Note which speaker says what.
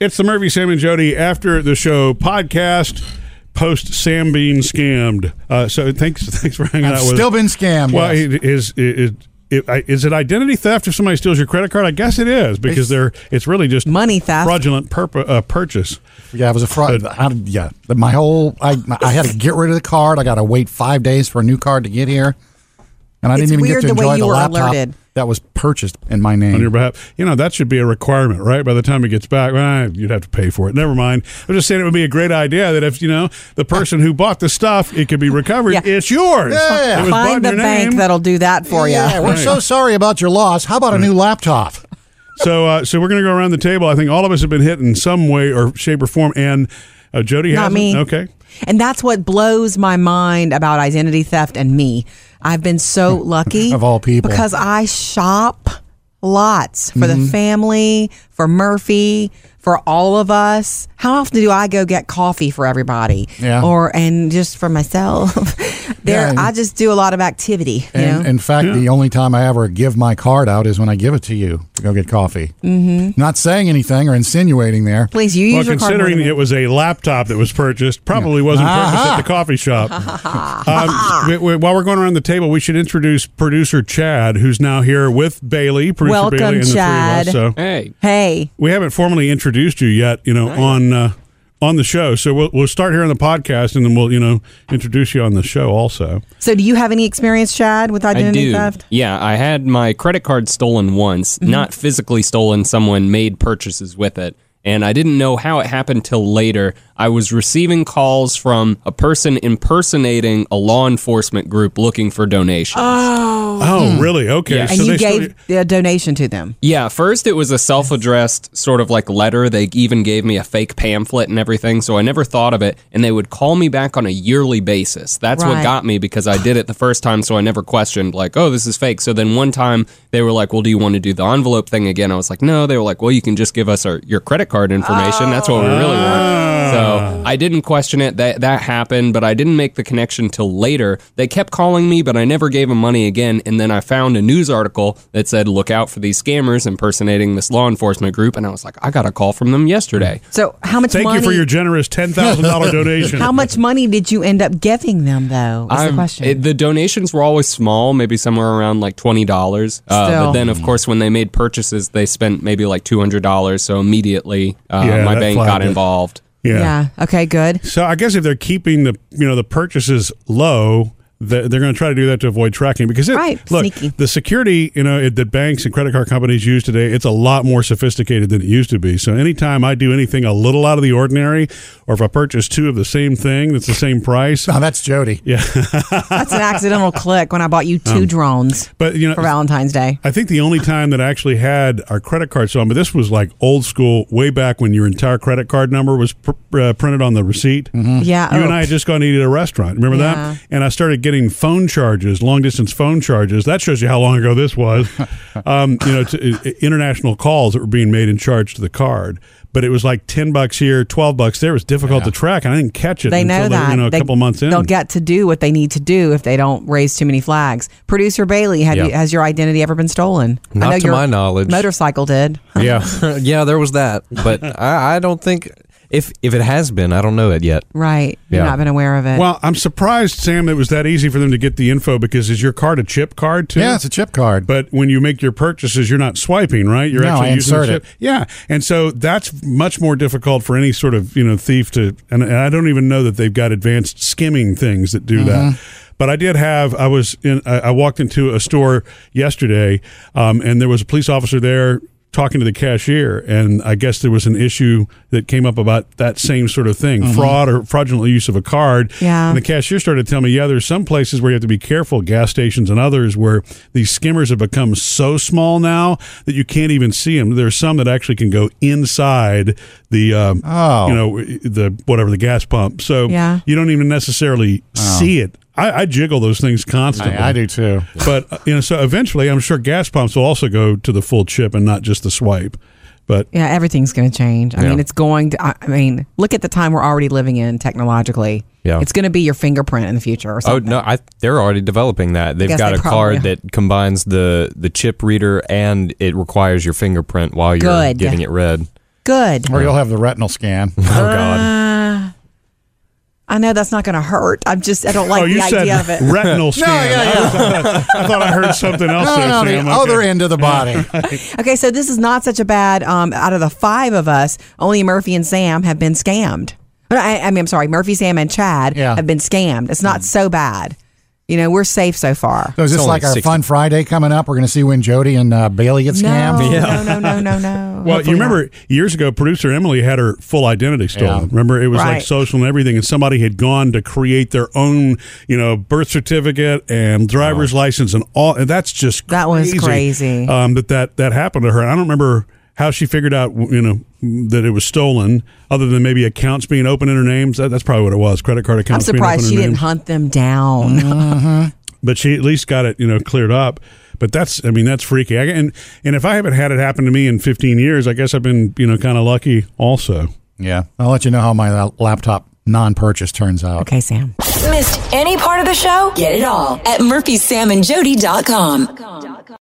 Speaker 1: It's the Murphy, Sam, and Jody after the show podcast post Sam being scammed. Uh, so thanks, thanks for hanging
Speaker 2: I've
Speaker 1: out with
Speaker 2: still
Speaker 1: us.
Speaker 2: been scammed.
Speaker 1: Well,
Speaker 2: yes.
Speaker 1: it is it, it, it, I- is it identity theft if somebody steals your credit card? I guess it is because
Speaker 2: It's-
Speaker 1: they're it's really just
Speaker 3: Money theft.
Speaker 1: fraudulent purpo- uh, purchase.
Speaker 2: yeah, I was a fraud. I, yeah, But my whole I my- I had to get rid of the card. I got to wait five days for a new card to get here, and I
Speaker 3: It's
Speaker 2: didn't even get
Speaker 3: weird
Speaker 2: to
Speaker 3: the way
Speaker 2: enjoy
Speaker 3: you
Speaker 2: the
Speaker 3: were
Speaker 2: laptop
Speaker 3: alerted.
Speaker 2: that was purchased in my
Speaker 1: on your
Speaker 2: name.
Speaker 1: behalf. You know, that should be a requirement, right? By the time it gets back, well, you'd have to pay for it. Never mind. I'm just saying it would be a great idea that if, you know, the person who bought the stuff, it could be recovered.
Speaker 3: Yeah.
Speaker 1: It's yours.
Speaker 2: Yeah.
Speaker 1: It was bought in
Speaker 3: Find the
Speaker 1: your
Speaker 3: bank
Speaker 1: name.
Speaker 3: that'll do that for
Speaker 2: yeah,
Speaker 3: you.
Speaker 2: we're so sorry about your loss. How about a new laptop?
Speaker 1: So, uh, so we're going to go around the table. I think all of us have been hit in some way or shape or form. And uh, Jody
Speaker 3: Not
Speaker 1: hasn't.
Speaker 3: me.
Speaker 1: Okay.
Speaker 3: And that's what blows my mind about identity theft and me. I've been so lucky.
Speaker 2: Of all people. Mm-hmm.
Speaker 3: Because I shop lots for the family, for Murphy, for all of us. How often do I go get coffee for everybody?
Speaker 2: Yeah.
Speaker 3: Or, and just for myself? there,
Speaker 2: Yeah, and-
Speaker 3: I just do a lot of activity. You
Speaker 2: And
Speaker 3: know?
Speaker 2: in fact, the only time I ever give my card out is when I give it to you to go get coffee. Mm-hmm. Not saying anything or insinuating there.
Speaker 3: Please, you use
Speaker 1: Well,
Speaker 3: your card. more
Speaker 1: considering
Speaker 3: than me.
Speaker 1: it was a laptop that was purchased, probably wasn't purchased at
Speaker 2: Aha.
Speaker 1: the coffee shop. um, we- we- while we're going around the table, we should introduce producer Chad, who's now here with Bailey. Producer
Speaker 3: Welcome,
Speaker 1: Bailey and
Speaker 3: Chad.
Speaker 1: the three of us. So.
Speaker 4: Hey,
Speaker 3: Hey,
Speaker 1: we haven't formally introduced you yet, you know, on uh, on the show. So we'll we'll start here on the podcast, and then we'll you know introduce you on the show also.
Speaker 3: so do you have any experience, Chad, with
Speaker 4: I
Speaker 3: identity
Speaker 4: do.
Speaker 3: theft? Mm-hmm.
Speaker 4: Yeah, I had my credit card stolen once, not physically stolen. Someone made purchases with it, and I didn't know how it happened till later. I was receiving calls from a person impersonating a law enforcement group looking for donations.
Speaker 3: Ah.
Speaker 1: Oh, really? Okay.
Speaker 4: Yeah.
Speaker 3: And
Speaker 1: so
Speaker 3: you
Speaker 1: they stole
Speaker 3: gave a donation to them.
Speaker 4: Yeah, first it was a self addressed sort of like letter. They even gave me a fake pamphlet and everything, so I never thought of it. And they would call me back on a yearly basis. That's
Speaker 3: Right.
Speaker 4: what got me because I did it the first time, so I never questioned, like, oh, this is fake. So then one time they were like, well, do you want to do the envelope thing again? I was like, no. They were like, well, you can just give us our, your credit card information. That's what we really want. So I didn't question it. That, that happened, but I didn't make the connection till later. They kept calling me, but I never gave them money again. And then I found a news article that said, look out for these scammers impersonating this law enforcement group. And I was like, I got a call from them yesterday.
Speaker 3: So how much
Speaker 1: Thank
Speaker 3: money?
Speaker 1: you for your generous ten thousand dollar donation.
Speaker 3: how much money did you end up giving them, though? Is the
Speaker 4: I'm-
Speaker 3: question.
Speaker 4: it- the donations were always small, maybe somewhere around like twenty dollars. Uh,
Speaker 3: Still.
Speaker 4: but then, of course, when they made purchases, they spent maybe like two hundred dollars. So immediately, uh,
Speaker 1: Yeah,
Speaker 4: my
Speaker 1: that
Speaker 4: bank got
Speaker 1: flagged it.
Speaker 4: involved.
Speaker 1: Yeah.
Speaker 3: yeah. Okay. Good.
Speaker 1: So I guess if they're keeping the you know the purchases low. th- They're going to try to do that to avoid tracking because it,
Speaker 3: Right,
Speaker 1: look
Speaker 3: sneaky.
Speaker 1: the security you know it, that banks and credit card companies use today it's a lot more sophisticated than it used to be. So anytime I do anything a little out of the ordinary, or if I purchase two of the same thing that's the same price,
Speaker 2: Now that's Jody.
Speaker 3: That's an accidental click when I bought you
Speaker 1: Um,
Speaker 3: two drones
Speaker 1: but you know
Speaker 3: for Valentine's Day.
Speaker 1: I think the only time that I actually had our credit card on, but this was like old school, way back when your entire credit card number was pr- uh, printed on the receipt.
Speaker 3: Yeah.
Speaker 1: Mm-hmm. You
Speaker 3: oh,
Speaker 1: and I had just gone to eat at a restaurant. Remember
Speaker 3: Yeah.
Speaker 1: that? And I started getting phone charges, long distance phone charges. That shows you how long ago this was. um, you know, to, uh, international calls that were being made and charged to the card. But it was like ten bucks here, twelve bucks there. It was difficult to track, and I didn't catch it.
Speaker 3: They
Speaker 1: until they
Speaker 3: know
Speaker 1: were,
Speaker 3: that.
Speaker 1: you know, a
Speaker 3: they,
Speaker 1: couple months in.
Speaker 3: They'll get to do what they need to do if they don't raise too many flags. Producer Bailey, have
Speaker 5: Yeah.
Speaker 3: you, has your identity ever been stolen? I
Speaker 5: Not
Speaker 3: know
Speaker 5: to
Speaker 3: your
Speaker 5: my knowledge.
Speaker 3: Motorcycle did.
Speaker 5: yeah, yeah, there was that, but I, I don't think if if it has been, I don't know it yet.
Speaker 3: Right. You've
Speaker 5: Yeah.
Speaker 3: not been aware of it.
Speaker 1: well, I'm surprised, Sam, it was that easy for them to get the info because is your card a chip card too?
Speaker 2: Yeah, it's a chip card.
Speaker 1: But when you make your purchases, you're not swiping, right? You're
Speaker 2: No,
Speaker 1: actually
Speaker 2: I
Speaker 1: using the chip.
Speaker 2: insert it.
Speaker 1: Yeah, and so that's much more difficult for any sort of you know thief to. And, and I don't even know that they've got advanced skimming things that
Speaker 2: Mm-hmm.
Speaker 1: do that. But I did have. I was in. I I walked into a store yesterday, um, and there was a police officer there talking to the cashier and i guess there was an issue that came up about that same sort of thing
Speaker 2: Mm-hmm.
Speaker 1: fraud or fraudulent use of a card
Speaker 3: Yeah.
Speaker 1: and the cashier started telling me, yeah, there's some places where you have to be careful, gas stations and others, where these skimmers have become so small now that you can't even see them. There's some that actually can go inside the, um,
Speaker 2: Oh.
Speaker 1: you know, the whatever the gas pump. So
Speaker 3: Yeah.
Speaker 1: you don't even necessarily see it. I, I jiggle those things constantly.
Speaker 2: Oh. I, I do too.
Speaker 1: But uh, you know, so eventually, I'm sure gas pumps will also go to the full chip and not just the swipe. But
Speaker 3: Yeah, everything's going to change. I
Speaker 5: Yeah.
Speaker 3: mean, it's going to. I I mean, look at the time we're already living in technologically.
Speaker 5: Yeah.
Speaker 3: it's going to be your fingerprint in the future. Or
Speaker 5: Oh
Speaker 3: something.
Speaker 5: no, I, they're already developing that. They've
Speaker 3: guess
Speaker 5: got
Speaker 3: they
Speaker 5: a
Speaker 3: probably
Speaker 5: card
Speaker 3: are.
Speaker 5: that combines the the chip reader and it requires your fingerprint while you're
Speaker 3: Good.
Speaker 5: getting it read.
Speaker 3: Good.
Speaker 2: Or you'll have the retinal scan.
Speaker 5: Oh God.
Speaker 3: I know that's not going to hurt. I'm just, I don't like
Speaker 1: oh, you
Speaker 3: the
Speaker 1: said
Speaker 3: idea of it.
Speaker 1: retinal scan.
Speaker 2: yeah, yeah.
Speaker 1: I, thought, I thought I heard something else.
Speaker 2: no,
Speaker 1: there,
Speaker 2: no,
Speaker 1: Sam.
Speaker 2: the
Speaker 1: Okay.
Speaker 2: other end of the body.
Speaker 3: Okay, so this is not such a bad. Um, out of the five of us, only Murphy and Sam have been scammed. But I, I mean, I'm sorry, Murphy, Sam, and Chad
Speaker 2: Yeah.
Speaker 3: have been scammed. It's
Speaker 1: Hmm.
Speaker 3: not so bad. You know, we're safe so far.
Speaker 2: So is
Speaker 5: It's
Speaker 2: this
Speaker 5: only
Speaker 2: like our
Speaker 5: 60.
Speaker 2: Fun Friday coming up? We're going to see when Jody and uh, Bailey get
Speaker 3: No,
Speaker 2: scammed.
Speaker 3: no, no, no, no, no.
Speaker 1: Well,
Speaker 3: Hopefully
Speaker 1: you remember years ago, producer Emily had her full identity stolen.
Speaker 2: Yeah.
Speaker 1: Remember, it was like
Speaker 3: Right.
Speaker 1: social and everything, and somebody had gone to create their own, you know, birth certificate and driver's license and all. And that's just
Speaker 3: Oh. That was crazy.
Speaker 1: Um, that that that happened to her. And I don't remember how she figured out, you know, that it was stolen, other than maybe accounts being open in her names. That, that's probably what it was. Credit card
Speaker 3: I'm
Speaker 1: accounts. being
Speaker 3: surprised
Speaker 1: open
Speaker 3: she
Speaker 1: in her
Speaker 3: didn't
Speaker 1: names.
Speaker 3: hunt them down.
Speaker 1: Mm-hmm. but she at least got it you know cleared up but that's i mean that's freaky I, and and if i haven't had it happen to me in 15 years i guess i've been you know kind of lucky also
Speaker 2: Yeah. I'll let you know how my la- laptop non purchase turns out.
Speaker 3: Okay, Sam.
Speaker 6: Missed any part of the show? Get it all at murphysamandjody.com.